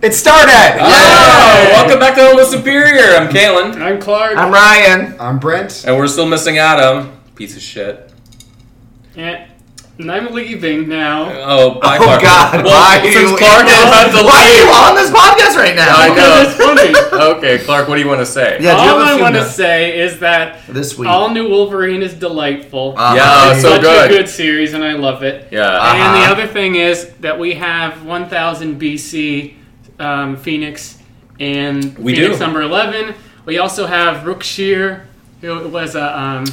It started! Hey, Yay! welcome back to Homeless Superior. I'm Kalen, I'm Clark. I'm Ryan. I'm Brent. and we're still missing Adam. Piece of shit. and, and I'm leaving now. Oh, bye, Oh, Clark. God, Well, why are since you- Clark is about to Why are you leave- on this podcast right I now? know. Because it's funny. Okay, Clark, what do you want to say? Yeah, do you have All a I few want to minutes? say is that This week. All New Wolverine is delightful. Uh, Yeah, It's so such good. a good series, and I love it. Yeah. And Uh-huh. the other thing is that we have 1000 BC um, Phoenix and We Phoenix do. number 11. We also have Rookshire, who was a, um,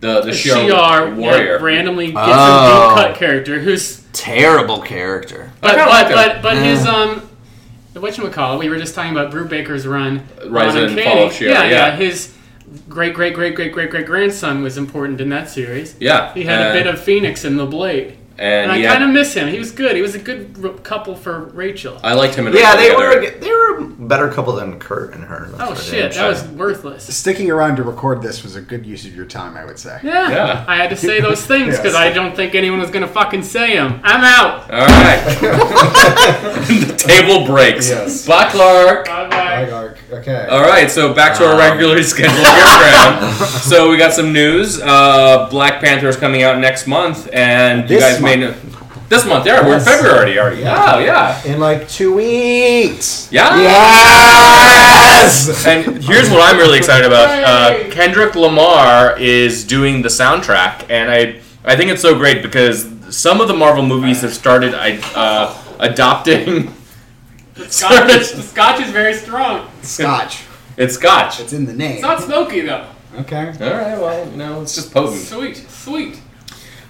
The the a Shi'ar Shi'ar warrior. that randomly gets Oh. a deep cut character who's Terrible character. But kinda but, like him. but but his um, what you call it? We were just talking about Brew Baker's run, Rise on and Uncanny. Fall of Shi'ar, Yeah, yeah. His great great great great great great grandson was important in that series. yeah. He had a and- bit of Phoenix in the blade, and, Uh, and I he kind had, of Uh, miss him. He was good. He was a good r- couple for Rachel. I liked him. And Yeah, they Rachel were together. they were a better couple than Kurt and her. that's oh for shit, damn that was sure. worthless. Sticking around to record this was a good use of your time, I would say. Yeah. Yeah. I had to say those things because Yes. I don't think anyone was gonna fucking say them. I'm out. All right. the table breaks. Yes. Bye, Clark. Bye bye. Okay. Uh, All right, so back Um, to our regularly scheduled program. so we got some news. Uh, Black Panther is coming out next month, and you This guys may know this month. Yeah, we're in Yes. February already. Already. Yeah, yeah, In like two weeks. yeah. Yes. And here's what I'm really excited about. Uh, Kendrick Lamar is doing the soundtrack, and I I think it's so great because some of the Marvel movies have started I, uh, adopting. Scotch, is- the scotch is very strong. Scotch. It's scotch. It's in the It's name. not smoky though. Okay. All right, well, you know, it's just potent. Sweet, sweet.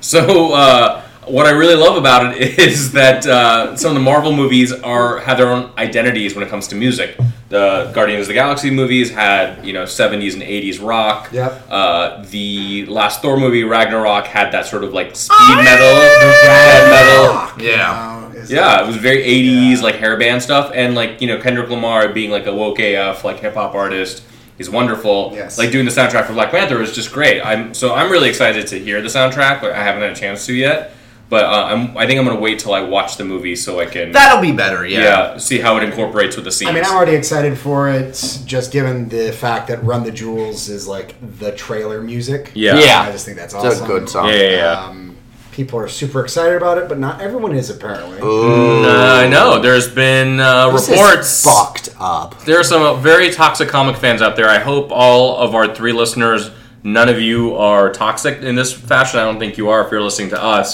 So uh, what I really love about it is that uh, some of the Marvel movies are have their own identities when it comes to music. The Guardians of the Galaxy movies had you know 70s and 80s rock. Yep. Uh, the last Thor movie Ragnarok had that sort of like speed metal, dead metal. Yeah. Now Uh, is- Yeah, it was very 80s like hair band stuff, and like you know Kendrick Lamar being like a woke AF like hip hop artist. He's wonderful. Yes. Like doing the soundtrack for Black Panther is just great. I'm so I'm really excited to hear the soundtrack, but I haven't had a chance to yet. But uh, I'm I think I'm gonna wait till I watch the movie so I can That'll be better, yeah. yeah. see how it incorporates with the scenes. I mean, I'm already excited for it, just given the fact that "Run the Jewels" is like the trailer music. yeah. Yeah. I just think that's It's awesome. a good song. Yeah, yeah, yeah. Um, people are super excited about it, but not everyone is apparently. Ooh. Uh, I know. There's been uh, This is reports. fucked up. There are some very toxic comic fans out there. I hope all of our three listeners, none of you are toxic in this fashion. I don't think you are if you're listening to us.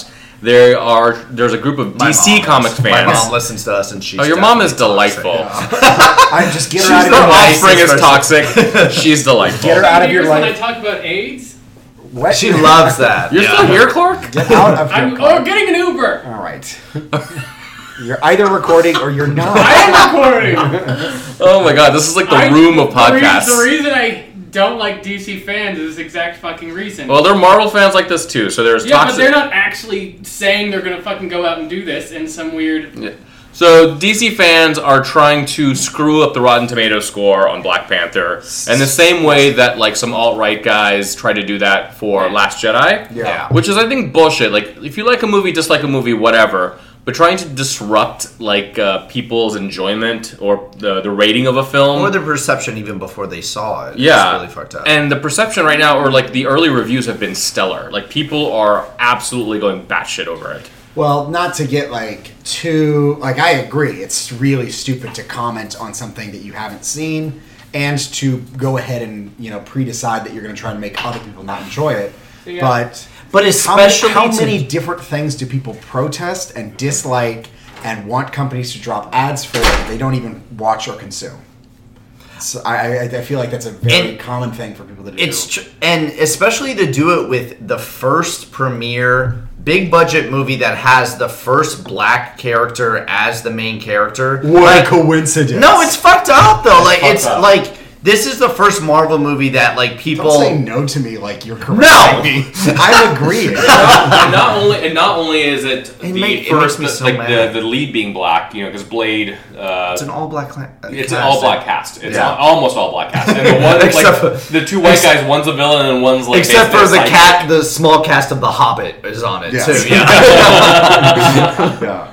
There are there's a group of My DC mom- Comics fans. My mom listens to us and she's oh, your mom is definitely toxic. delightful. I just get her She's out of the your Her mom. life. offspring is Nicest person. toxic. She's delightful. Get her out of Years your When I life. talk about AIDS, What? She loves that. You're yeah. still here, Clark? Get out of here. I'm Carl. oh, getting an Uber. All right. you're either recording or you're I not. am recording. Oh my god, this is like the I- room of the re- podcasts. The reason I don't like DC fans is this exact fucking reason. Well, there are Marvel fans like this too, so there's yeah, toxic. but they're not actually saying they're gonna fucking go out and do this in some weird. So DC fans are trying to screw up the Rotten Tomato score on Black Panther, in the same way that like some alt right guys try to do that for Last Jedi. Yeah. Which is I think bullshit. Like if you like a movie, dislike a movie, whatever. But trying to disrupt like uh, people's enjoyment or the the rating of a film Or their perception even before they saw it. yeah, It's really fucked up. And the perception right now, or like the early reviews, have been stellar. Like people are absolutely going batshit over it. Well, not to get like too like I agree. It's really stupid to comment on something that you haven't seen and to go ahead and, you know, pre-decide that you're going to try to make other people not enjoy it. Yeah. But but how many- especially how, to- many different things do people protest and dislike and want companies to drop ads for that they don't even watch or consume? So I, I, I feel like that's a very And common thing for people to do. It's tr- and especially to do it with the first premiere big budget movie that has the first black character as the main character. what Like, a coincidence! no, it's fucked up though. like fucked it's up. like This is the first Marvel movie that like people. Don't say no to me like you're correcting me. I'm agreeing. and not only and not only is it, the make- it first makes me so like mad. the, the lead being black, you know, because Blade. Uh, It's an all black. Clan- it's an all black cast. It's Yeah. al- almost all black cast. And the one Except like for- the two white guys, one's a villain and one's like Except for basically a the cat, the small cast of The Hobbit is on it Yes. too. Yeah. Yeah.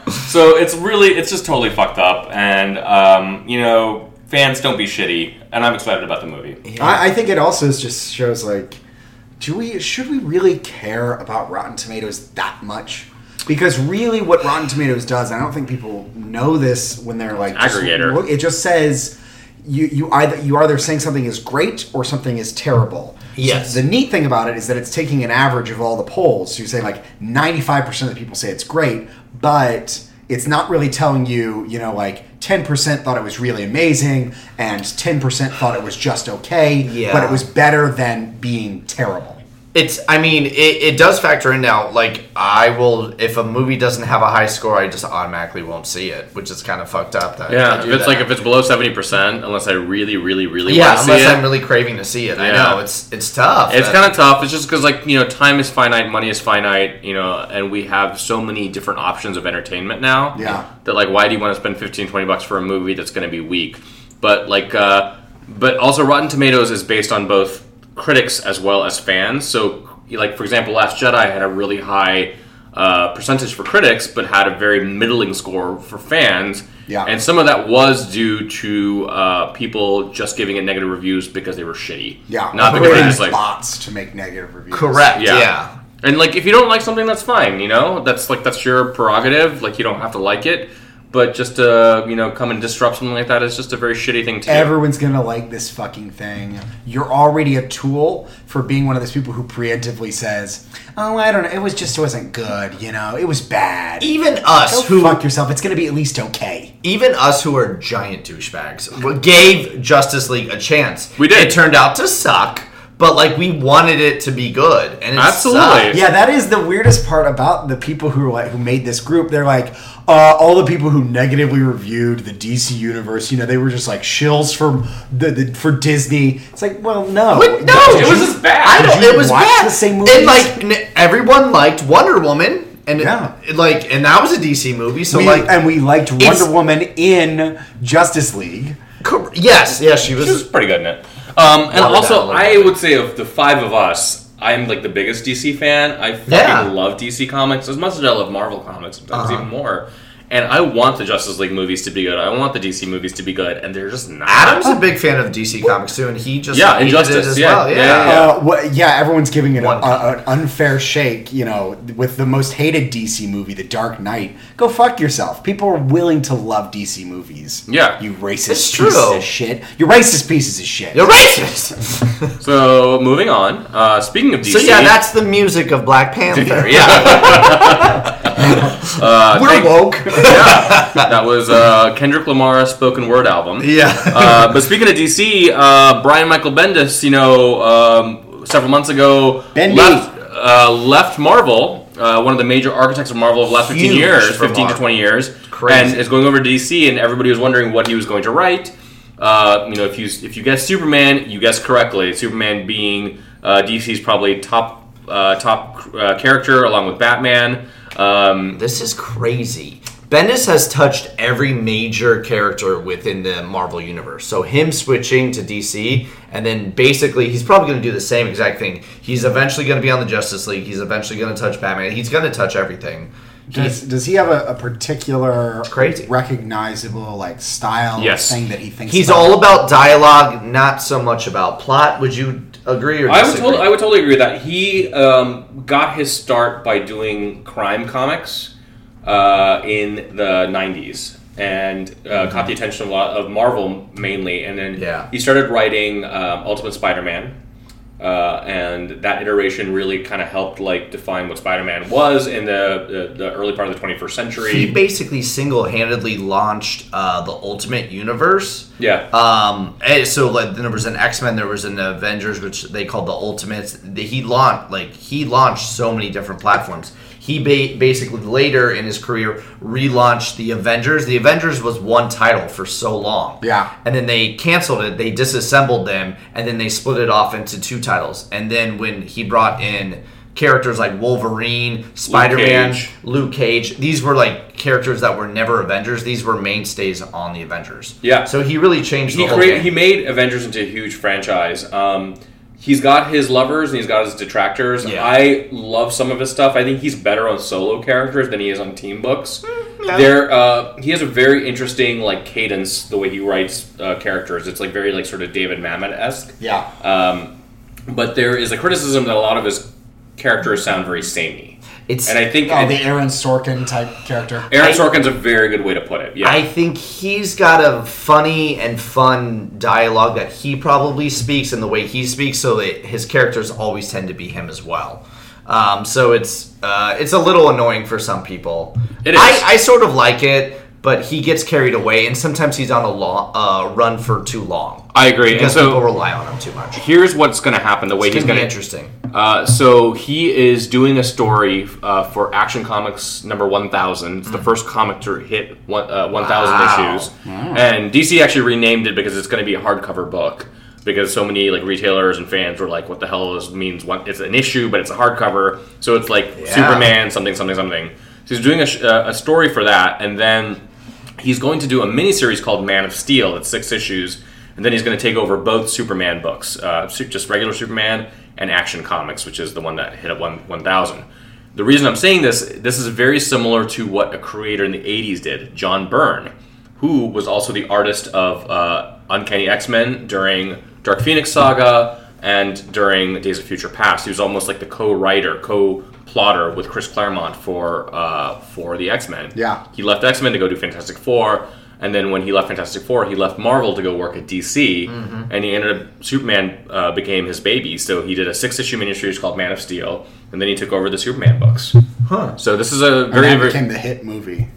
sidekick. So it's really it's just totally fucked up, and um, you know, fans don't be shitty. And I'm excited about the movie. I, I think it also is just shows like, do we should we really care about Rotten Tomatoes that much? Because really, what Rotten Tomatoes does, I don't think people know this when they're like just Aggregator. look- it just says you you either you either saying something is great or something is terrible. Yes. So the neat thing about it is that it's taking an average of all the polls. So you say like ninety five percent of the people say it's great, but it's not really telling you, you know, like ten percent thought it was really amazing and ten percent thought it was just okay. Yeah. But it was better than being terrible. It's. I mean, it, it does factor in now. Like, I will if a movie doesn't have a high score, I just automatically won't see it, which is kind of fucked up. That I Yeah, do if it's that. like if it's below seventy percent, unless I really, really, really yeah, want to see unless it. I'm really craving to see it. I Yeah. know it's it's tough. it's That- kind of tough. It's just because like you know, time is finite, money is finite, you know, and we have so many different options of entertainment now. Yeah. That like, why do you want to spend 15, 20 bucks for a movie that's going to be weak? But like, uh, but also Rotten Tomatoes is based on both critics as well as fans. So like, for example, Last Jedi had a really high uh, percentage for critics, but had a very middling score for fans. Yeah. And some of that was due to uh, people just giving it negative reviews because they were shitty. Yeah. Not because they Operating just like bots to make negative reviews. correct. Yeah. yeah. and like, if you don't like something, that's fine. You know, that's like that's your prerogative. Like, you don't have to like it, but just to you know come and disrupt something like that is just a very shitty thing to do. Everyone's gonna like this fucking thing. You're already a tool for being one of those people who preemptively says, "Oh, I don't know. It was just wasn't good. You know, it was bad. Even us Go who fuck yourself. It's gonna be at least okay." even us who are giant douchebags gave Justice League a chance. We did. It turned out to suck, but like we wanted it to be good, and it Absolutely. sucked. Yeah, that is the weirdest part about the people who are like who made this group. They're like uh, all the people who negatively reviewed the DC universe. You know, they were just like shills for the, the for Disney. It's like, well, Oh, no, But no, Did it was you- just bad. I Did don't. you It was watch bad. the same And movies? like n- everyone liked Wonder Woman, and it- Yeah. it, like and that was a DC movie. So We, like, and we liked Wonder it's- Woman in Justice League. cor- yes, yes, she was. This is pretty good in it. Um, and Watered down a also, little I bit. would say of the five of us, I'm like the biggest DC fan. I fucking Yeah. Uh-huh. love DC comics as much as I love Marvel comics, sometimes even more. And I want the Justice League movies to be good. I want the DC movies to be good, and they're just not. Adam's uh, a big fan of DC comics too, and he just Yeah, hated Injustice, it as yeah, well. yeah, Yeah, yeah, yeah. Uh, wha- yeah, everyone's giving it a, One. a, an unfair shake, you know, with the most hated DC movie, The Dark Knight. Go fuck yourself. People are willing to love DC movies. Yeah. You racist It's pieces true. of shit. You racist pieces of shit. You're racist. So moving on. Uh, speaking of DC, so yeah, that's the music of Black Panther. yeah, We're woke. that was uh, Kendrick Lamar's spoken word album. yeah. Uh, but speaking of DC, uh, Brian Michael Bendis, you know, um, several months ago, Bendy. left, uh, left Marvel, uh, one of the major architects of Marvel of the last 15 Huge years, for 15 to Marvel. 20 years, Crazy. and is going over to DC, and everybody was wondering what he was going to write. Uh, you know, if you if you guess Superman, you guess correctly. Superman being uh, DC's probably top uh, top uh, character, along with Batman. Um, This is crazy. Bendis has touched every major character within the Marvel universe. So him switching to DC, and then basically he's probably going to do the same exact thing. He's eventually going to be on the Justice League. He's eventually going to touch Batman. He's going to touch everything. Does, does he have a, a particular crazy. recognizable like style Yes. thing that he thinks He's about? all about dialogue, not so much about plot. Would you agree or disagree? I would, totally, I would totally agree with that. He um, got his start by doing crime comics uh, in the 90s and uh, caught the attention of, a lot of Marvel mainly. And then Mm-hmm. Yeah. he started writing um, Ultimate Spider Man. Uh, and that iteration really kind of helped like define what Spider-Man was in the, the, the early part of the 21st he century. basically single-handedly launched uh, the Ultimate Universe. Yeah, Um, and so like then there was an X Men, there was an Avengers, which they called the Ultimates. The- He launched like he launched so many different platforms. He ba- basically later in his career relaunched the Avengers. The Avengers was one title for so long. Yeah. And then they canceled it, they disassembled them, and then they split it off into two titles. And then when he brought in characters like Wolverine, Spider Man, Cage. Luke Cage, these were like characters that were never Avengers. These were mainstays on the Avengers. Yeah. So he really changed he the whole created, game. he made Avengers into a huge franchise. Um, he's got his lovers and he's got his detractors. Yeah. I love some of his stuff. I think he's better on solo characters than he is on team books. Mm, There, uh, he has a very interesting like cadence the way he writes uh, characters. It's like very like sort of David Mamet esque. Yeah. Um, but there is a criticism that a lot of his characters sound very samey, it's and I think Oh, I- the Aaron Sorkin type character. Aaron I- Sorkin's a very good way to put it. Yeah, I think he's got a funny and fun dialogue that he probably speaks and the way he speaks, so that his characters always tend to be him as well. Um, so it's uh, it's a little annoying for some people. It is. I, I sort of like it, but he gets carried away, and sometimes he's on a lo- uh, run for too long I agree. And because people so rely on him too much. here's what's going to happen. The way It's he's gonna going be to interesting. Uh, so he is doing a story uh, for Action Comics number 1000. It's the first comic to hit one, uh, 1000 Wow. issues. And DC actually renamed it because it's going to be a hardcover book because so many like retailers and fans were like what the hell is means one it's an issue but it's a hardcover. So it's like Superman something something something. So he's doing a, sh- uh, a story for that and then he's going to do a miniseries called Man of Steel. It's six issues, and then he's going to take over both Superman books, uh, su- just regular Superman and Action Comics, which is the one that hit at one one thousand. The reason I'm saying this, this is very similar to what a creator in the '80s did, John Byrne, who was also the artist of uh, Uncanny X-Men during Dark Phoenix Saga and during Days of Future Past. He was almost like the co-writer, co-plotter with Chris Claremont for uh, for the X-Men. Yeah. He left X Men to go do Fantastic Four, and then when he left Fantastic Four, he left Marvel to go work at DC, Mm-hmm. and he ended up Superman uh, became his baby. So he did a six issue miniseries called Man of Steel, and then he took over the Superman books. Huh. So this is a And very that very became the hit movie,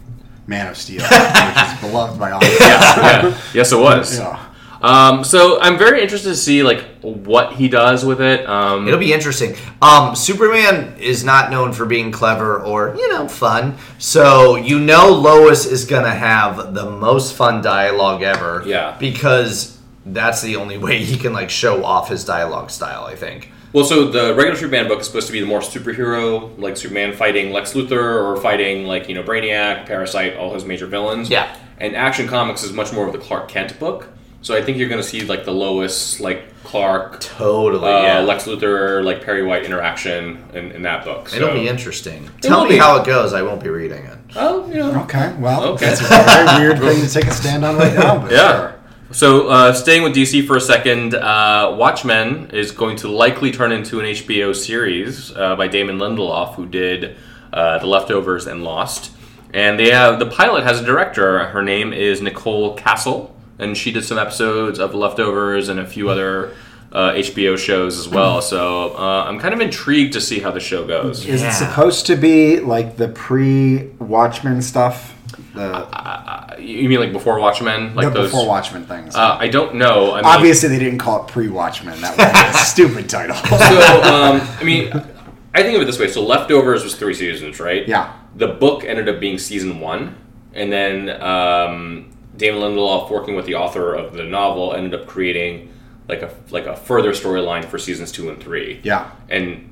Man of Steel, which is beloved by all. Yeah. yeah. yes it was. yeah. Um, so I'm very interested to see like what he does with it. Um, It'll be interesting. Um, Superman is not known for being clever or you know fun, so you know Lois is gonna have the most fun dialogue ever. Yeah. because that's the only way he can like show off his dialogue style. I think. Well, so the regular Superman book is supposed to be the more superhero, like Superman fighting Lex Luthor or fighting like you know Brainiac, Parasite, all his major villains. Yeah. And Action Comics is much more of the Clark Kent book. So I think you're going to see like the Lois, like Clark, Totally. uh, yeah. Lex Luthor, like Perry White interaction in, in that book. So. It'll be interesting. Tell will me be. how it goes. I won't be reading it. Oh, you know. Okay. Well, Okay. that's a very weird thing to take a stand on right now. But Yeah. Sure. So, uh, staying with DC for a second, uh, Watchmen is going to likely turn into an HBO series uh, by Damon Lindelof, who did uh, The Leftovers and Lost. And they have the pilot has a director. Her name is Nicole Castle, and she did some episodes of Leftovers and a few other uh, HBO shows as well. Mm-hmm. So, uh, I'm kind of intrigued to see how the show goes. Is Yeah. it supposed to be like the pre-Watchmen stuff? The, You mean like before Watchmen, like the those? before Watchmen things. uh, I don't know. I mean, Obviously, they didn't call it pre-Watchmen. That would be a stupid title. so um, I mean, I think of it this way. So Leftovers was three seasons, right? Yeah. The book ended up being season one, and then um, Damon Lindelof, working with the author of the novel, ended up creating like a like a further storyline for seasons two and three. yeah, And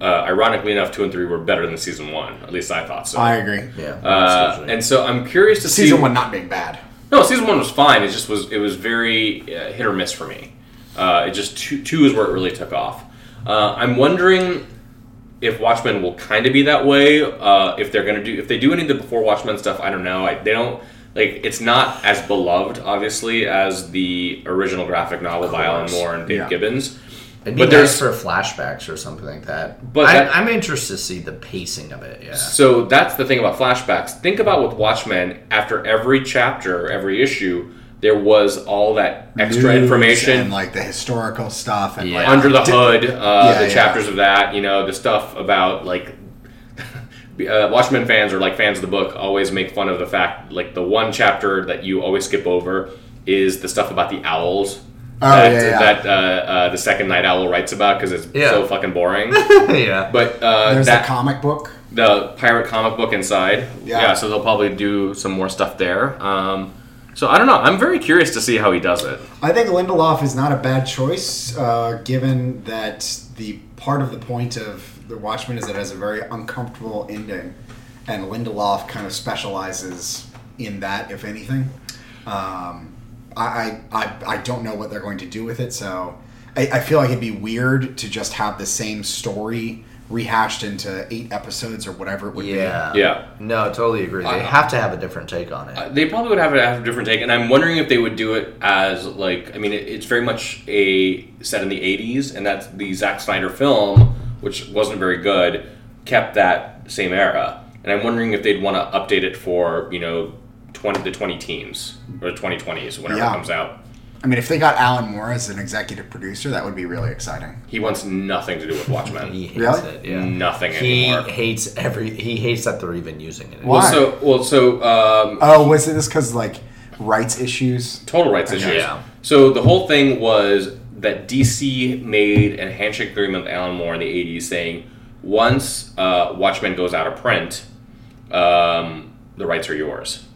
uh, ironically enough, two and three were better than season one. At least I thought so. I agree. Yeah. uh, and so I'm curious to see Season one not being bad. no, season one was fine. It just was it was very uh, hit or miss for me. Uh, it just two, two is where it really took off. Uh, I'm wondering if Watchmen will kind of be that way. Uh, if they're gonna do if they do any of the before Watchmen stuff, I don't know. I, they don't like it's not as beloved obviously as the original graphic novel by Alan Moore and Dave Yeah. Gibbons. It'd be but there's- nice for flashbacks or something like that. But I, that- I'm interested to see the pacing of it. Yeah. So that's the thing about flashbacks. Think about with Watchmen, after every chapter, every issue, there was all that extra News information and like the historical stuff and Yeah. like under the hood, uh, Yeah, the yeah. chapters of that, you know, the stuff about like uh, Watchmen fans or like fans of the book always make fun of the fact like the one chapter that you always skip over is the stuff about the owls Oh, that, yeah, yeah. that uh, uh, the second Night Owl writes about because it's Yeah. so fucking boring. yeah. But uh, There's that a comic book. the pirate comic book inside. Yeah. so they'll probably do some more stuff there. Um, so I don't know. I'm very curious to see how he does it. I think Lindelof is not a bad choice, uh, given that the part of the point of The Watchmen is that it has a very uncomfortable ending, and Lindelof kind of specializes in that, if anything. Um, I, I, I, I don't know what they're going to do with it, so I, I feel like it'd be weird to just have the same story rehashed into eight episodes or whatever it would yeah. Yeah. Uh, No, I totally agree. They I- have to have a different take on it. They probably would have a, have a different take, and I'm wondering if they would do it as like I mean, it, it's very much a set in the '80s, and that's the Zack Snyder film, which wasn't very good, kept that same era, and I'm wondering if they'd want to update it for you know 20 the 20 teens or 2020s whenever Yeah. it comes out. be. I mean, if they got Alan Moore as an executive producer, that would be really exciting. He wants nothing to do with Watchmen. he hates Really? it. Yeah. Nothing He anymore. hates every. He hates that they're even using it. Why? So well, so um, Oh, was it this because like rights issues? total rights issues. Yeah. So the whole thing was that DC made a handshake agreement with Alan Moore in the 80s saying once uh, Watchmen goes out of print, um, the rights are yours.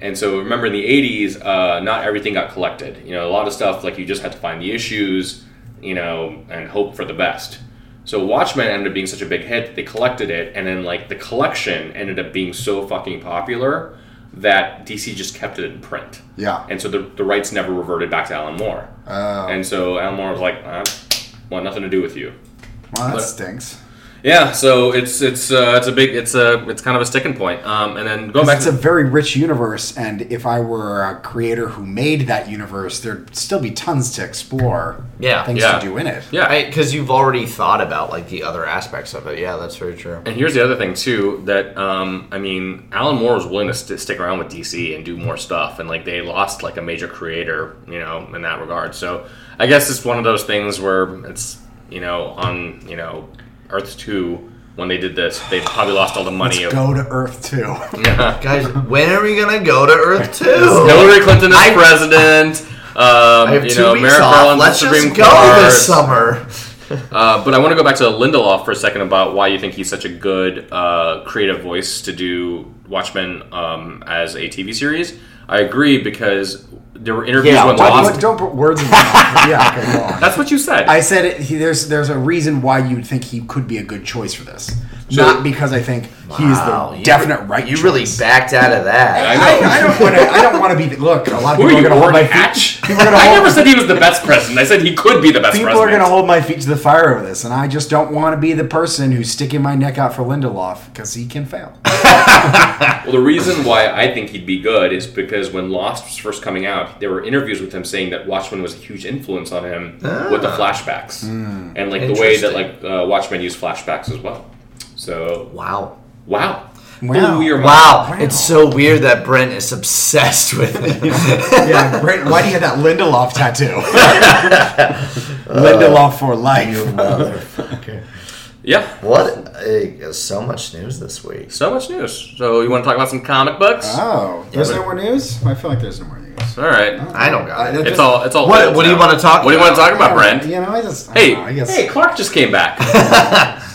And so remember in the 80s, uh, not everything got collected. You know, a lot of stuff, like you just had to find the issues, you know, and hope for the best. So Watchmen ended up being such a big hit that they collected it, and then like the collection ended up being so fucking popular that DC just kept it in print. Yeah. And so the, the rights never reverted back to Alan Moore. Oh, And so Alan Moore was like, I want nothing to do with you. well, that but- stinks. Yeah, so it's it's uh, it's a big it's It's a it's kind of a sticking point. Um, and then going back It's to Oh, a very rich universe, and if I were a creator who made that universe, there'd still be tons to explore. Yeah, things yeah. to do in it. yeah, Because you've already thought about like the other aspects of it. Yeah, that's very true. and here's the other thing too that um, I mean, Alan Moore was willing to st- stick around with DC and do more stuff, and like they lost like a major creator, you know, in that regard. So I guess it's one of those things where it's you know on you know Earth two when they did this, they probably lost all the money. Let's of, go to Earth too. Guys, when are we gonna go to Earth Two? Hillary Clinton is president. Um, I have you two know, weeks Merrick off. Garland's Let's Supreme just go Court. this summer. Uh, but I want to go back to Lindelof for a second about why you think he's such a good uh, creative voice to do Watchmen um, as a TV series. I agree because there were interviews Yeah, when why- Lost. Look, don't put words in my mouth. Yeah, okay, go on. That's what you said. I said it, he, there's there's a reason why you'd think he could be a good choice for this, not because I think he is Wow, the you- definite right. You really choice. backed out of that. I I, know. I don't want to. I don't want to be. the- Look, a lot of Who are people you, are going to hold Orrin my Hatch? feet. People are going to I hold. never said he was the best president. I said he could be the best People are president. going to hold my feet to the fire over this, and I just don't want to be the person who's sticking my neck out for Lindelof because he can fail. Well, the reason why I think he'd be good is because when Lost was first coming out, there were interviews with him saying that Watchmen was a huge influence on him with Ah. the flashbacks Hmm. and like the way that like uh, Watchmen used flashbacks as well. So Wow. wow, Wow. Blew your mind. Wow, it's so weird that Brent is obsessed with it. Yeah, Brent, why do you have that Lindelof tattoo? Lindelof for life. Yeah, what? A, so much news this week. so much news. So you want to talk about some comic books? Oh, there's no more news. I feel like there's no more news. all right. I don't got it. Uh, It's all. It's all. What- old what do you now. wanna talk What do you want to about? talk about, Brent? You know, I just. I Hey, don't know, Uh, I guess. hey, Clark just came back.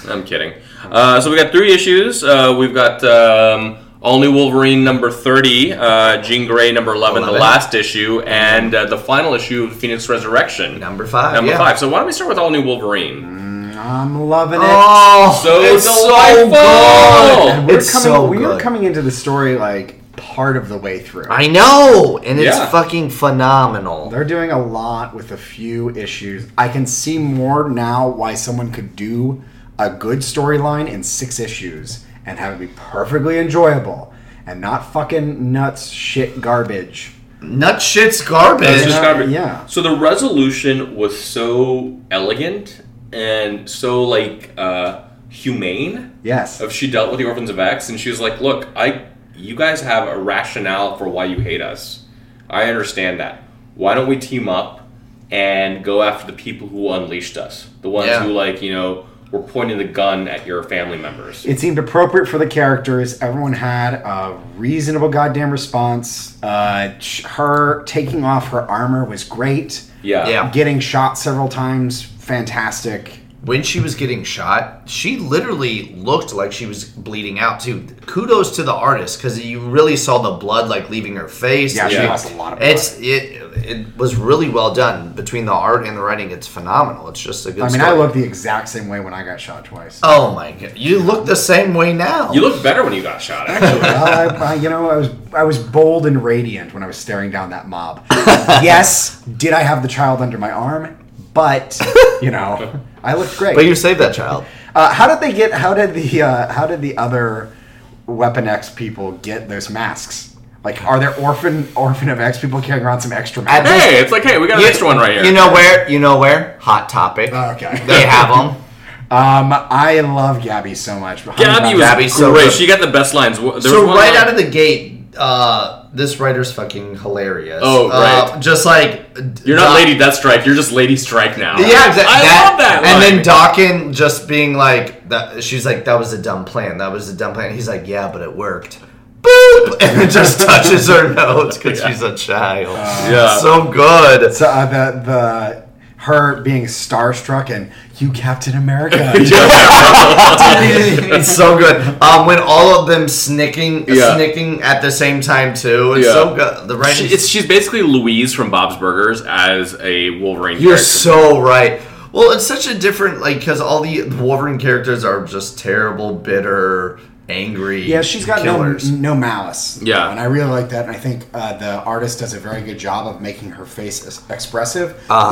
I'm kidding. Uh, so we got three issues. Uh, we've got um, All New Wolverine number 30, uh, Jean Grey number 11, the 11. last issue, and uh, the final issue of Phoenix Resurrection. Number five. Number yeah. five. So why don't we start with All New Wolverine? I'm loving it. Oh, So it's delightful! So And good. we're it's coming, so we were good. coming into the story like part of the way through. I know, and it's Yeah. fucking phenomenal. They're doing a lot with a few issues. I can see more now why someone could do a good storyline in six issues and have it be perfectly enjoyable and not fucking nuts shit garbage. Nut shit's garbage. It's just Yeah, garbage. yeah. So the resolution was so elegant and so like uh, humane. Yes. Of she dealt with the orphans of X, and she was like, "Look, I, you guys have a rationale for why you hate us. I understand that. Why don't we team up and go after the people who unleashed us? The ones Yeah. who like you know were pointing the gun at your family members. It seemed appropriate for the characters. Everyone had a reasonable goddamn response. Uh, sh- her taking off her armor was great. Yeah. Yeah. Getting shot several times, fantastic. when she was getting shot, she literally looked like she was bleeding out too. Kudos to the artist because you really saw the blood like leaving her face. Yeah, she Like, lost a lot of It's it it was really well done between the art and the writing. It's phenomenal. It's just a good. I mean, story. I looked the exact same way when I got shot twice. Oh my god, you look the same way now. You looked better when you got shot, actually. Well, uh, I, I, you know, I was I was bold and radiant when I was staring down that mob. yes, did I have the child under my arm? But you know, I looked great. but you saved that child. Uh, how did they get? How did the uh, how did the other Weapon X people get those masks? Like, are there orphan orphan of X people carrying around some extra At masks? this- hey, it's like, hey, we got an extra one right here. You know where? You know where? Hot topic. Okay. They have them. Um, I love Gabby so much. Gabby was Gabby, so great. good. she got the best lines. There was so one right line- out of the gate, uh, this writer's fucking hilarious. Oh, Uh, right. just like You're not Doc- Lady Deathstrike. You're just Lady Strike now. Yeah, exactly. I love that. And line. then Dawkins just being like, that, she's like, that was a dumb plan. That was a dumb plan. He's like, yeah, but it worked. Boop! And it just touches her nose because she's a child. Yeah. So good. So, uh, the the her being starstruck and you Captain America. it's so good. Um, when all of them snicking, Yeah. snicking at the same time too. It's Yeah. so good. The writing. She, it's, she's basically Louise from Bob's Burgers as a Wolverine. You're character. so right. Well, it's such a different like because all the Wolverine characters are just terrible, bitter, angry. Yeah, she's got killers. no no malice. you Yeah. know, and I really like that. And I think uh, the artist does a very good job of making her face es- expressive,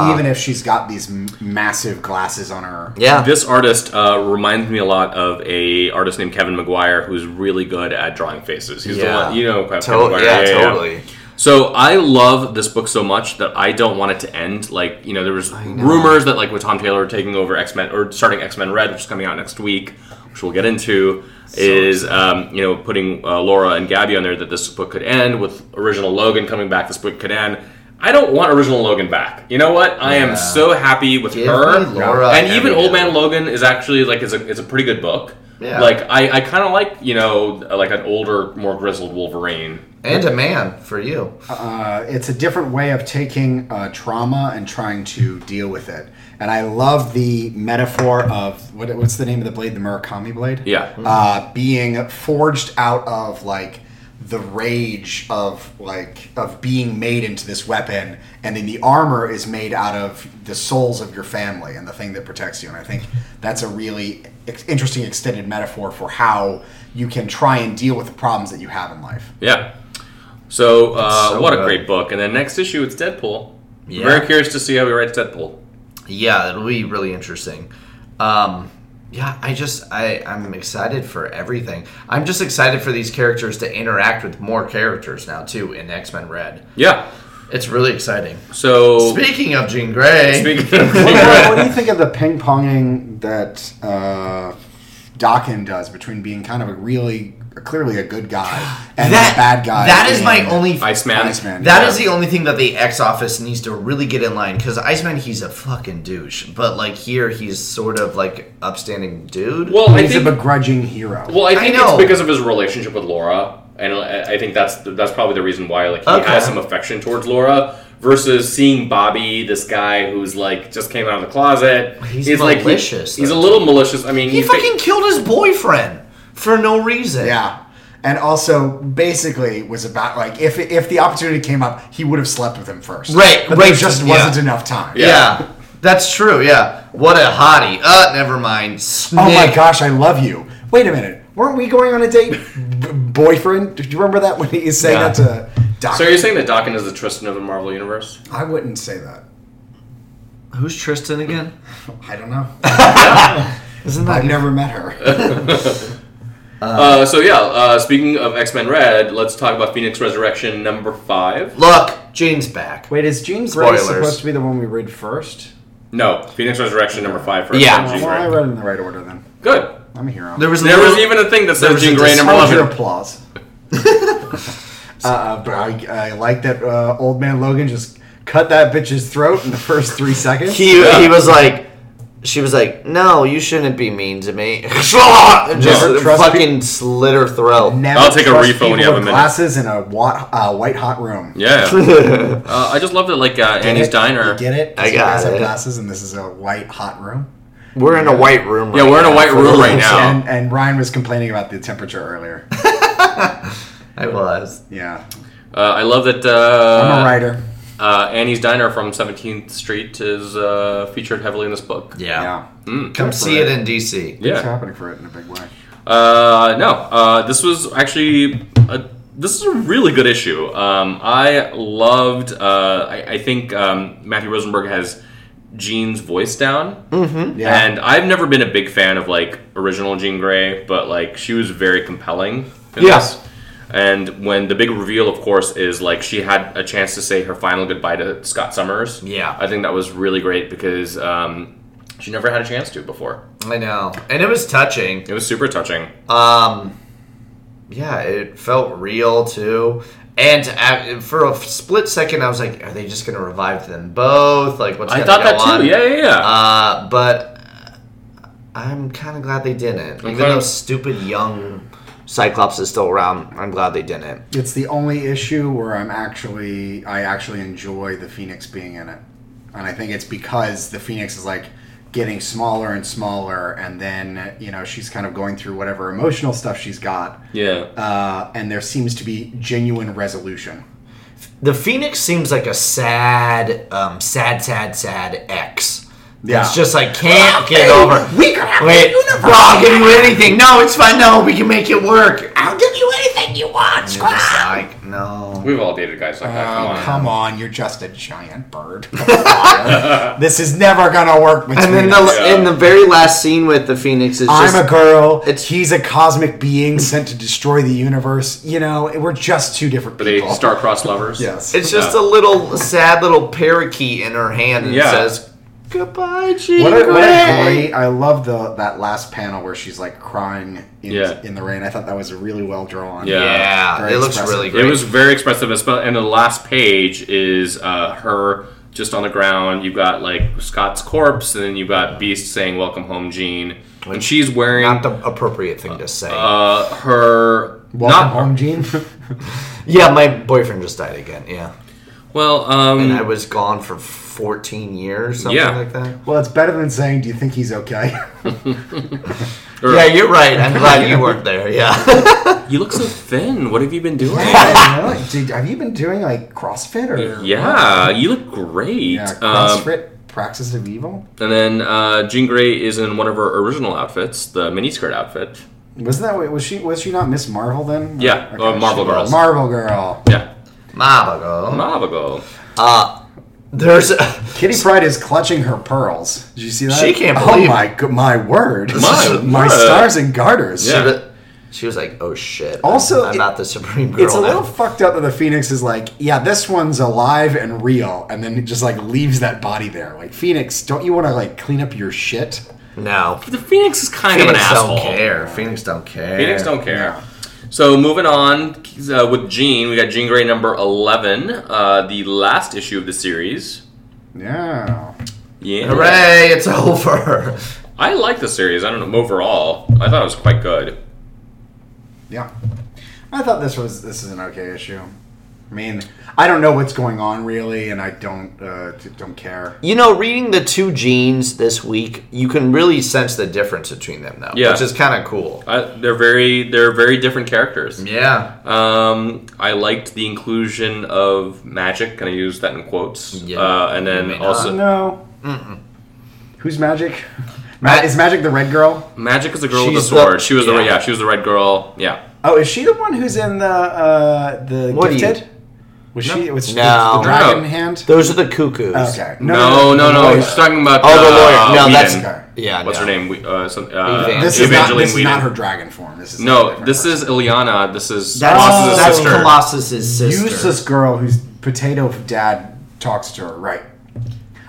even if she's got these m- massive glasses on her. Yeah. This artist uh, reminds me a lot of a artist named Kevin McGuire, who's really good at drawing faces. He's Yeah. the one, you know, Kevin To- Maguire. yeah, totally. So I love this book so much that I don't want it to end. Like you know, there was rumors that like with Tom Taylor taking over X Men or starting X Men Red, which is coming out next week, which we'll get into, is um, you know putting uh, Laura and Gabby on there that this book could end with original Logan coming back. This book could end. I don't want original Logan back. You know what? I Yeah. am so happy with Give her. me Laura and every even Old Man day. Logan is actually like is a it's a pretty good book. Yeah. Like I, I kind of like you know like an older, more grizzled Wolverine. And a man for you. Uh, it's a different way of taking uh, trauma and trying to deal with it. And I love the metaphor of what, what's the name of the blade? The Murakami blade. Yeah. uh, being forged out of like the rage of like of being made into this weapon and then the armor is made out of the souls of your family and the thing that protects you and i think that's a really ex- interesting extended metaphor for how you can try and deal with the problems that you have in life Yeah. So, uh, so what a good. great book. And then next issue, it's Deadpool. Yeah. Very curious to see how he writes Deadpool. Yeah, it'll be really interesting. Um, yeah, I just I I'm excited for everything. I'm just excited for these characters to interact with more characters now too in X Men Red. Yeah. It's really exciting. So, Speaking of Jean Grey, speaking of what, what do you think of the ping ponging that uh, Dawkins does between being kind of a really clearly a good guy and that a bad guy That is my and only Iceman. Iceman. That Yeah. is the only thing that the X office needs to really get in line because Iceman, he's a fucking douche. But like here, he's sort of like upstanding dude. Well, I he's a think, begrudging hero well, I I think know. it's because of his relationship with Laura. And uh, I I think that's that's probably the reason why like he Okay. has some affection towards Laura versus seeing Bobby, this guy who's like just came out of the closet. He's like he- malicious, he's a though. little malicious. I mean, he he's ba- fucking killed his boyfriend for no reason. Yeah. And also, basically, was about like if if the opportunity came up, he would have slept with him first. Right, but right, there just yeah. wasn't enough time. Yeah. That's true. Yeah. What a hottie. Uh, never mind. Oh my Snake. gosh, I love you. Wait a minute, weren't we going on a date, B- boyfriend? Do you remember that when he is saying Yeah. that to Doc? So you're saying that Dawkins is the Tristan of the Marvel universe? I wouldn't say that. Who's Tristan again? I don't know. Isn't that I've never met her. Uh, so yeah, uh, speaking of X Men Red, let's talk about Phoenix Resurrection number five. Look, Jane's back. Wait, is Jean Grey Spoilers. supposed to be the one we read first? No, Phoenix Resurrection number five for Yeah. Jean Well, Grey. I read in the right order then. Good. I'm a hero. There was There no- was even a thing that There said was Jean a Grey number Roger eleven. applause. uh, uh, but I, I like that uh, old man Logan just cut that bitch's throat in the first three seconds. he he was like, she was like, "No, you shouldn't be mean to me." And just Never trust fucking slit her throat. Never I'll take a trust refill when you have people a with minute. Glasses in a wa- uh, white hot room. Yeah. uh, I just love that, like, uh, Annie's Get it? Diner. You get it? I So you guys got have it. Glasses, and this is a white hot room. We're in a white room. Yeah, right we're in a now white for room the right listeners. now. And and Ryan was complaining about the temperature earlier. I was. Yeah, Uh, I love that uh, I'm a writer. uh, Annie's Diner from 17th Street is uh, featured heavily in this book. Yeah. Hmm. Yeah, Come see it in DC. it's Yeah. happening for it in a big way. Uh, no, uh, this was actually a, this is a really good issue. Um, I loved. Uh, I, I think um, Matthew Rosenberg has Gene's voice down, Mm-hmm. Yeah, and I've never been a big fan of like original Jean Grey, but like she was very compelling. in Yeah. this. And when the big reveal, of course, is like she had a chance to say her final goodbye to Scott Summers. Yeah. I think that was really great because um, she never had a chance to before. I know, and it was touching. It was super touching. Um, yeah, it felt real too. And uh, for a split second, I was like, "Are they just going to revive them both? Like, what's?" I gonna thought go that too. on? Yeah, yeah, yeah. Uh, but uh, I'm kind of glad they didn't. Even glad- though stupid young Cyclops is still around, I'm glad they didn't. it's the only issue where I'm actually I actually enjoy the Phoenix being in it, and I think it's because the Phoenix is like getting smaller and smaller, and then you know she's kind of going through whatever emotional stuff she's got, yeah. uh, and there seems to be genuine resolution. The Phoenix seems like a sad, um, sad, sad, sad ex. Yeah. It's just like can't get over. We could have Wait, bro, I'll give you anything. No, it's fine. No, we can make it work. I'll give you anything you want, You're just like, no. We've all dated guys like that. Come Oh, on. come on, you're just a giant bird. this is never gonna work between And then the us. Yeah. in the very last scene with the Phoenix is just I'm a girl. it's- he's a cosmic being sent to destroy the universe. You know, we're just two different But they people. star-crossed lovers. yes. it's just a little sad little parakeet in her hand and it Yeah. says goodbye, Jean what a, what a Grey." great! I love the that last panel where she's like crying in, Yeah. in the rain. I thought that was really well drawn. Yeah. Yeah, Very it looks expressive. really It great. was very expressive, as well- and the last page is uh, her just on the ground. You've got like Scott's corpse, and then you've got Beast saying "Welcome home, Jean," and she's wearing not the appropriate thing to say. uh, her Welcome not home, Gene. yeah, my boyfriend just died again. Yeah, well. and I Um, was gone for 14 years, something Yeah. like that. well, it's better than saying, "Do you think he's okay?" or, Yeah, you're right. I'm glad you weren't there. Yeah, you look so thin. What have you been doing? I don't know. Like, dude, have you been doing like CrossFit or? yeah, you look great. Yeah, Um, CrossFit Praxis of Evil. and then uh, Jean Grey is in one of her original outfits, the miniskirt outfit. Wasn't that was she was she not Miss Marvel then? Yeah, uh, Marvel she- Girls. Marvel Girl. Yeah, Mabago. Mabago. Uh, there's Kitty Pride is clutching her pearls. Did you see that? She can't Oh believe my go- my word! My my word. stars and garters. Yeah. She was, she was like, "Oh shit!" I'm- Also, I'm it- not the supreme girl. It's a now. little fucked up that the Phoenix is like, yeah, this one's alive and real, and then it just like leaves that body there. Like Phoenix, don't you want to like clean up your shit? no. The Phoenix is kind Phoenix of an asshole. don't care. Phoenix don't care. Phoenix don't care. So moving on uh, with Jean, we got Jean Grey number eleven, uh, the last issue of the series. Yeah. Yeah, Hooray! It's over. I like the series. I don't know overall. I thought it was quite good. Yeah. I thought this was this is an okay issue. I mean, I don't know what's going on really, and I don't uh, d- don't care. You know, reading the two genes this week, you can really sense the difference between them, though, Yeah. which is kind of cool. I, they're very they're very different characters. Yeah. Um, I liked the inclusion of magic. Can I use that in quotes? Yeah. Uh, and You then may not. also No. Who's Magic? Ma- Ma- is Magic the red girl? magic is a girl with a She's the- sword. she was the yeah. yeah she was the red girl. Yeah. Oh, is she the one who's in the uh, the What do you- gifted? Was she? Was she the- No. the, dragon No. hand? Those are the cuckoos. Okay. No, no, no. the lawyer. He's talking about Oh, the uh, lawyer. No, that's Whedon. Okay. yeah. What's no. her name? We, uh, some, uh, Evan- This is not. This is Whedon. not her dragon form. This is No, different this person. is Ileana. This is That's, Colossus' that's sister. Colossus's sister. useless girl whose potato dad talks to her. Right.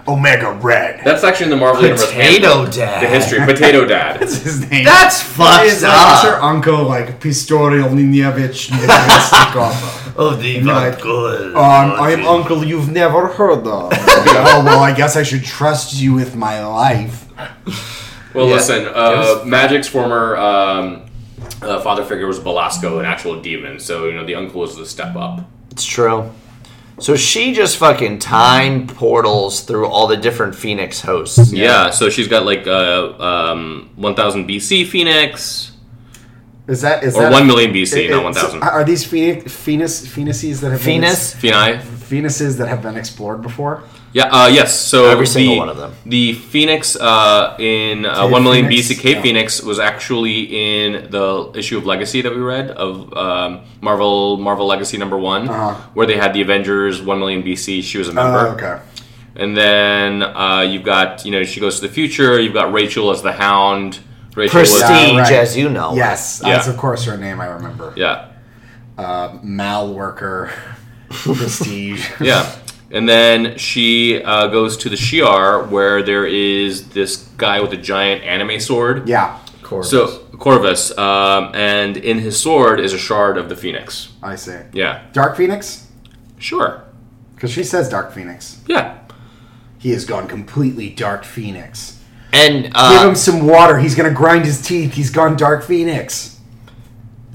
Omega Red. That's actually in the Marvel Universe. Potato handbook, Dad. The history. Potato Dad. That's his name. That's fucked It's like, up. It's your uncle, like Pistorio Ninevich Nikolstikov. Oh, the Be like, good. Oh, Um, I'm uncle you've never heard of. oh well, I guess I should trust you with my life. Well, Yeah. listen. It Uh, Magic's former um, uh, father figure was Belasco, an actual demon. So you know the uncle was the step up. It's true. So she just fucking time portals through all the different Phoenix hosts. Yeah. so she's got like uh, um, 1000 BC Phoenix Is that is or that 1 million BC, it- not it- 1000. so Are these Phoenix Phoenix Phoenices that have Phoenix. Phoenix. been, Phoenices that have been explored before? Yeah. Uh, yes. So Every single the- one of them. The Phoenix uh, in uh, Cave one million Phoenix? BC, Cave Yeah. Phoenix was actually in the issue of Legacy that we read of um, Marvel Marvel Legacy number one, Uh-huh. where they had the Avengers one million BC. She was a member. Oh, okay. And then uh, you've got you know she goes to the future. You've got Rachel as the Hound. Rachel was- Prestige, Yeah, right. as you know. Yes, Yeah. that's of course her name. I remember. Yeah, Uh, Mal worker, prestige. yeah. And then she uh, goes to the Shi'ar, where there is this guy with a giant anime sword. yeah. So Corvus, um, and in his sword is a shard of the Phoenix. I see. Yeah, Dark Phoenix, sure. because she says Dark Phoenix. Yeah, He has gone completely Dark Phoenix. And Give uh, him some water. He's gonna grind his teeth. He's gone Dark Phoenix.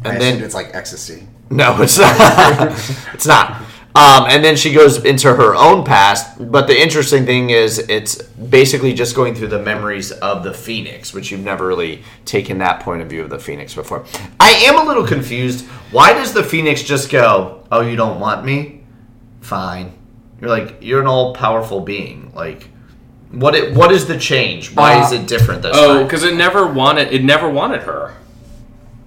I and assumed then it's like ecstasy. no, it's not. it's not. Um, and then she goes into her own past. But the interesting thing is, it's basically just going through the memories of the Phoenix, which you've never really taken that point of view of the Phoenix before. I am a little confused. Why does the Phoenix just go, "Oh, you don't want me? Fine." You're like you're an all-powerful being. Like, what? It, what is the change? Why is it different this Oh, time? because it never wanted it never wanted her.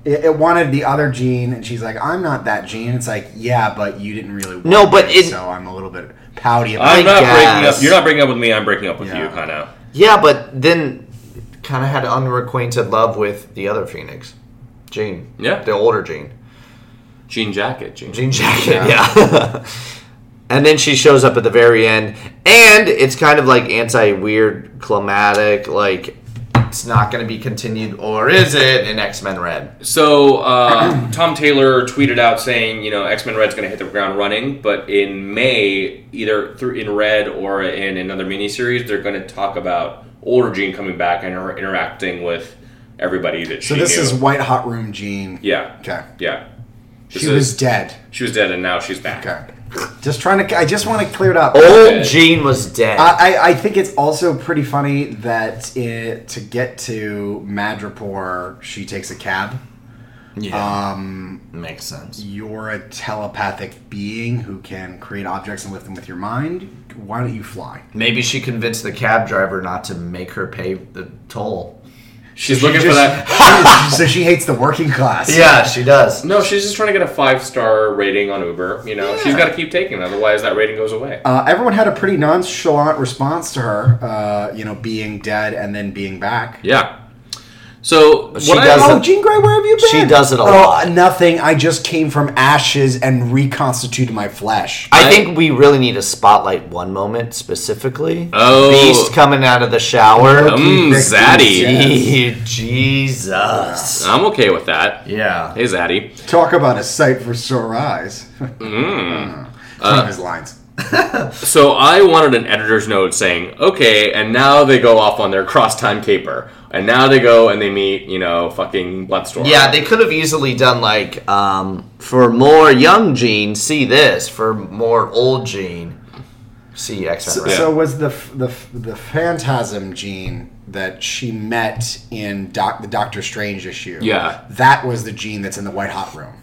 It, it wanted the other gene, and she's like, "I'm not that gene." It's like, yeah, but you didn't really. Want No, but me, it- so I'm a little bit pouty about. I'm I not breaking guess. up. You're not breaking up with me. I'm breaking up with Yeah. you, kind of. Yeah, but then kind of had unrequited love with the other Phoenix, Jean. Yeah. the older Jean, Jean jacket. Jean. Jean Jacket. Yeah. and then she shows up at the very end, and it's kind of like anti weird climatic, like. It's not going to be continued, or is it? In X Men Red, So uh, Tom Taylor tweeted out saying, you know, X Men Red's going to hit the ground running, but in May, either through in Red or in another miniseries, they're going to talk about older Jean coming back and her interacting with everybody that So she this knew. is White Hot Room Gene. yeah, Okay. yeah. This She is- was dead. she was dead, and now she's back. Okay. Just trying to. I just want to clear it up. Oh. old Jean was dead. I, I- I think it's also pretty funny that it, to get to Madripoor, she takes a cab. yeah, Um, makes sense. you're a telepathic being who can create objects and lift them with your mind. Why don't you fly? Maybe she convinced the cab driver not to make her pay the toll. She's She looking for just- that. so she hates the working class. Yeah, she does. No, she's just trying to get a five star rating on Uber. You know, she's got to keep taking it, otherwise that rating goes away. Uh, everyone had a pretty nonchalant response to her, uh, you know, being dead and then being back. yeah. So she does Oh, it- Jean Grey, where have you been? She does it a oh, lot. Nothing. I just came from ashes and reconstituted my flesh. I think we really need to spotlight one moment specifically. Oh. Beast coming out of the shower. Um, Mm, Victims, zaddy. yeah. Gee, Jesus. I'm okay with that. Yeah. Hey, Zaddy. Talk about a sight for sore eyes. Mm. It's Uh, one of his lines. So I wanted an editor's note saying, okay, and now they go off on their cross-time caper. And now they go and they meet, you know, fucking Bloodstorm. Yeah, they could have easily done like um, for more young Gene, see this. For more old Gene, see X Men. So, so was the f- the f- the phantasm gene that she met in Doc, the Doctor Strange issue? Yeah. that was the gene that's in the White Hot Room.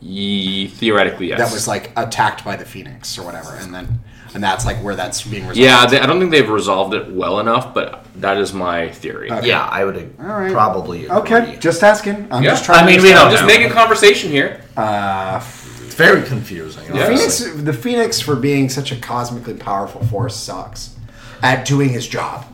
Ye- theoretically, yes. That was like attacked by the Phoenix or whatever, and then and that's like where that's being resolved. yeah, they, I don't think they've resolved it well enough, but that is my theory. Yeah, I would ag- right. probably agree. Okay, just asking. I'm Yeah. just trying. I mean, to we don't I'm just know. making conversation here. Uh, It's very confusing. honestly. Phoenix, the Phoenix for being such a cosmically powerful force sucks at doing his job.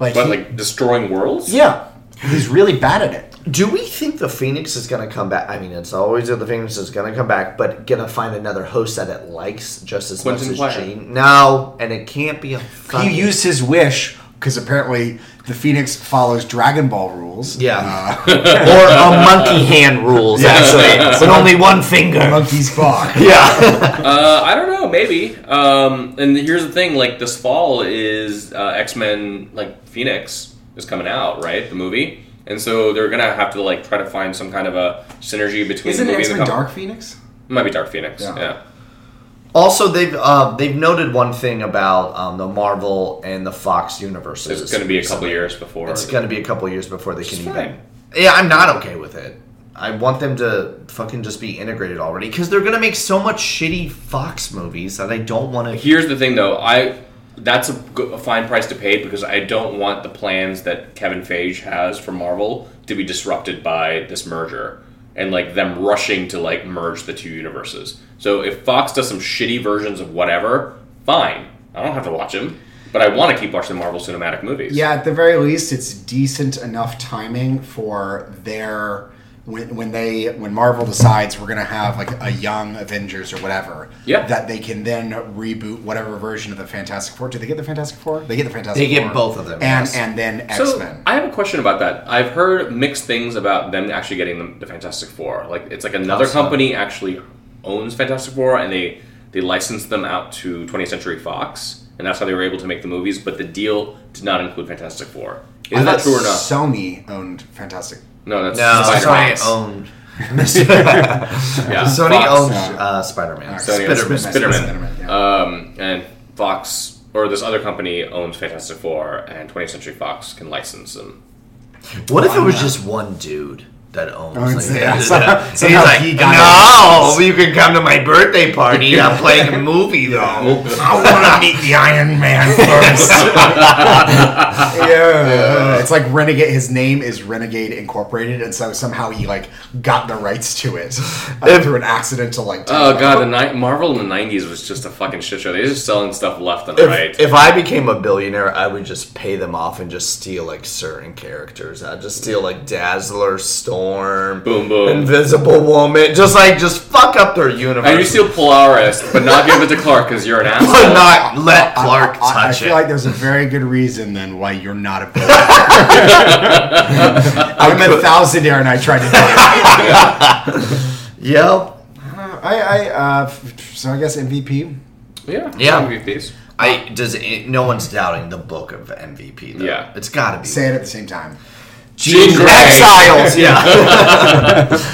Like, But he- like destroying worlds? yeah, he's really bad at it. Do we think the Phoenix is going to come back? I mean, it's always that the Phoenix is going to come back, but going to find another host that it likes just as Quentin much as Player. Gene? No, and it can't be a. fucking- He used his wish because apparently the Phoenix follows Dragon Ball rules. Uh, Yeah. or a monkey hand rules, actually, but only one Uh, finger. monkey's paw. Yeah. Uh, I don't know, maybe. Um, and here's the thing: like this fall is uh, X Men, like Phoenix is coming out, right? The movie, and so they're gonna have to like try to find some kind of a synergy between Isn't the movie X and Men the comic. Dark Phoenix? It might be Dark Phoenix. Yeah. Yeah. also, they've uh, they've noted one thing about um, the Marvel and the Fox universes. it's gonna be a couple years before. It's going to be a couple years before they can It's even. fine. Yeah, I'm not okay with it. I want them to fucking just be integrated already because they're gonna make so much shitty Fox movies that I don't want to. Here's the thing, though. I that's a, go- a fine price to pay because I don't want the plans that Kevin Feige has for Marvel to be disrupted by this merger and like them rushing to like merge the two universes. So if Fox does some shitty versions of whatever, fine. I don't have to watch them, but I want to keep watching the Marvel cinematic movies. Yeah, at the very least, it's decent enough timing for their when when they when Marvel decides we're gonna have like a young Avengers or whatever. Yeah. That they can then reboot whatever version of the Fantastic Four. Do they get the Fantastic Four? They get the Fantastic. They get Four. both of them, and yes. and then X So Men. I have a question about that. I've heard mixed things about them actually getting the, the Fantastic Four. Like it's like another company actually owns Fantastic Four and they they licensed them out to 20th Century Fox, and that's how they were able to make the movies. But the deal did not include Fantastic Four. Is that true or not? Sony owned Fantastic. no, that's No, Spider-Man. Sony owned. yeah, Sony Fox. owned Yeah. uh, Spider-Man. Sony owns Spider-Man. Spider-Man. Spider-Man, yeah. Um, and Fox or this other company owns Fantastic Four, and 20th Century Fox can license them. What if it was just one dude that owns? Owns like, it, yeah. and Somehow- he's somehow like, he got no, you can come to my birthday party. I'm playing a movie though. I want to meet the Iron Man first. yeah, it's like Renegade. His name is Renegade Incorporated, and so somehow he like got the rights to it uh, If- Uh, through an accidental like. Oh god, the ni- Marvel in the '90s was just a fucking shit show. They were just selling stuff left and If, right. if I became a billionaire, I would just pay them off and just steal like certain characters. I'd just steal like Dazzler, Storm, Boom, boom. Invisible Woman, just like just fuck up their universe. and you steal Polaris, but not give it to Clark because you're an but asshole. not let I- Clark I, I touch feel it. like there's a very good reason then why you're not a billionaire. I'm a could- thousandaire, and I tried to. Do it. yep. I, I, uh, f- so I guess MVP. Yeah, Yeah. MVPs. I does it, no one's doubting the book of MVP. Though. Yeah. it's got to be Say it at the same time. Jean Grey. Exiles.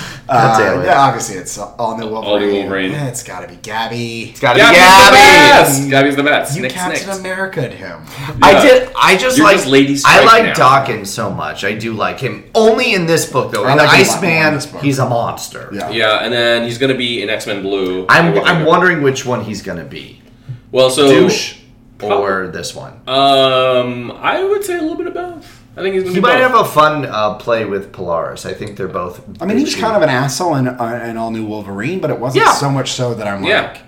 Yeah. God damn Uh, it. yeah, obviously, it's all new Wolverine. Wolverine. Yeah, it's got to be Gabby. It's got to be Gabby's Gabby. the best. Gabby's the best. You Nick Captain Snicks. America'd him. I Yeah. did. I just You're like just Lady I Strike like now. Dawkins so much. I do like him. Only in this book though. I In like him a lot more in Iceman, this book. he's a monster. Yeah. Yeah, and then he's gonna be in X Men Blue. I'm I'm wondering which one he's gonna be. Well, so Oh. Uh, Douche or this one. um, I would say a little bit of both. I think he's gonna He be might both. have a fun uh, play with Polaris. I think they're both. I mean, he was kind of an asshole in uh, an all new Wolverine, but it wasn't Yeah. so much so that I'm like, Yeah.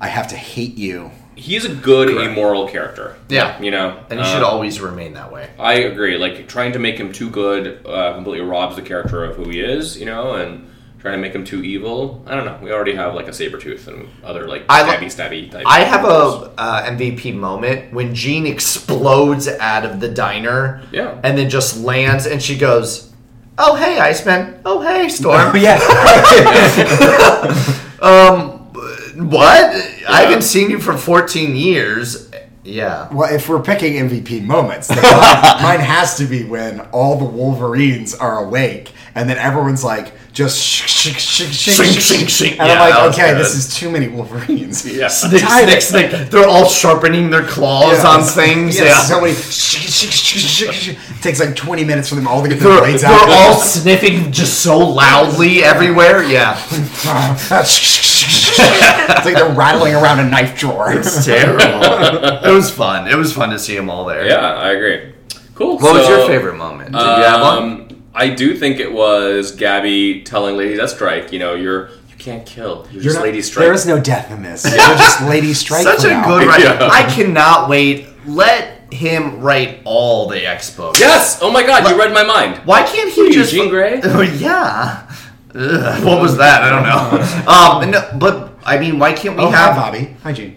I have to hate you. he's a good amoral character. Yeah. you know, and he um, should always remain that way. I agree. Like trying to make him too good uh, completely robs the character of who he is, you know, and trying to make him too evil. I don't know. We already have like a saber tooth and other like I stabby li- stabby type. I have characters. a uh, MVP moment when Jean explodes out of the diner. Yeah. And then just lands, and she goes, "Oh hey, Iceman. Oh hey, Storm. What? I haven't seen you for 14 years. Yeah. well, if we're picking MVP moments, then mine, mine has to be when all the Wolverines are awake and then everyone's like, just shink, shink, shink, shink, Shink, shink, shink, shink. shink, And Yeah, I'm that like, was okay, good. this is too many Wolverines. Yeah. Snick, snick, snick. They're all sharpening their claws on things. Yeah, yeah. so many. shink, shink, shink, shink, shink. Takes like 20 minutes for them all to get their they're, blades they're out. all sniffing just so loudly everywhere. Yeah. it's like they're rattling around a knife drawer. It's terrible. it was fun. It was fun to see them all there. yeah, I agree. Cool. What was so, your favorite moment? Did you have one? Um, I do think it was Gabby telling Lady Deathstrike, you know, you're you can't kill. You're, just not- Lady There Strike. is no death in this. You're just Lady Strike. Such for a now. good ride. Yeah. I cannot wait. Let him write all the X books. Yes! Oh my god, you read my mind. Why can't he Who are you, just Jean Grey? Oh yeah. Ugh, what was that? I don't know. Um, no, but I mean, why can't we Oh, hi, have Bobby. Hi, Gene.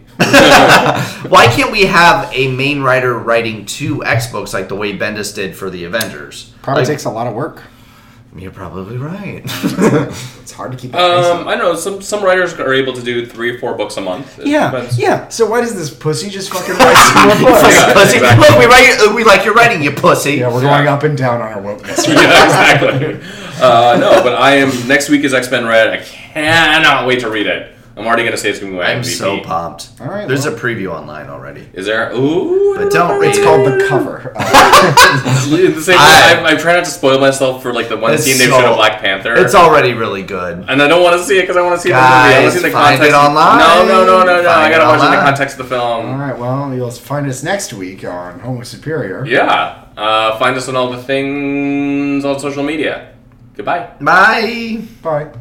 why can't we have a main writer writing two X books like the way Bendis did for the Avengers? Probably Like, takes a lot of work. You're probably right. It's hard to keep. that face Um, up. I don't know. Some some writers are able to do three or four books a month. It yeah, depends. yeah. So why does this pussy just fucking write some more books? Yeah, Pussy. exactly. Look, we write. We like your writing, you pussy. Yeah, we're going up and down on our wokeness. yeah, exactly. Uh, no, but I am. Next week is X Men Red. I cannot wait to read it. I'm already gonna say it's gonna be my I'm MVP. so pumped. All right, There's well. a preview online already. Is there? Ooh, But don't- It's called the cover. Uh, the same. I- I, I, I try not to spoil myself for like the one It's scene they so- showed of Black Panther. It's already really good. and I don't want to see it because I want to see the movie. I want Guys, to see the find context. it online. No, no, no, no, no. I Find gotta it watch it in the online. context of the film. all right, well, you'll find us next week on Homo Superior. Yeah. Uh, find us on all the things on social media. Goodbye. Bye. Bye.